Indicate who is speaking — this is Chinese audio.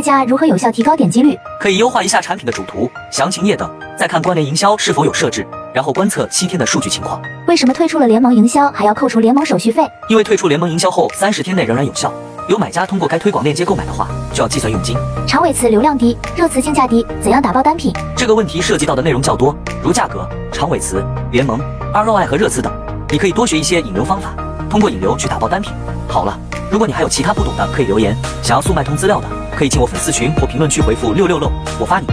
Speaker 1: 卖家如何有效提高点击率？
Speaker 2: 可以优化一下产品的主图、详情页等，再看关联营销是否有设置，然后观测七天的数据情况。
Speaker 1: 为什么退出了联盟营销还要扣除联盟手续费？
Speaker 2: 因为退出联盟营销后三十天内仍然有效，有买家通过该推广链接购买的话，就要计算佣金。
Speaker 1: 长尾词流量低，热词竞价低，怎样打爆单品？
Speaker 2: 这个问题涉及到的内容较多，如价格、长尾词、联盟、ROI 和热词等。你可以多学一些引流方法，通过引流去打爆单品。好了，如果你还有其他不懂的，可以留言。想要速卖通资料的，可以进我粉丝群或评论区回复六六六，我发你。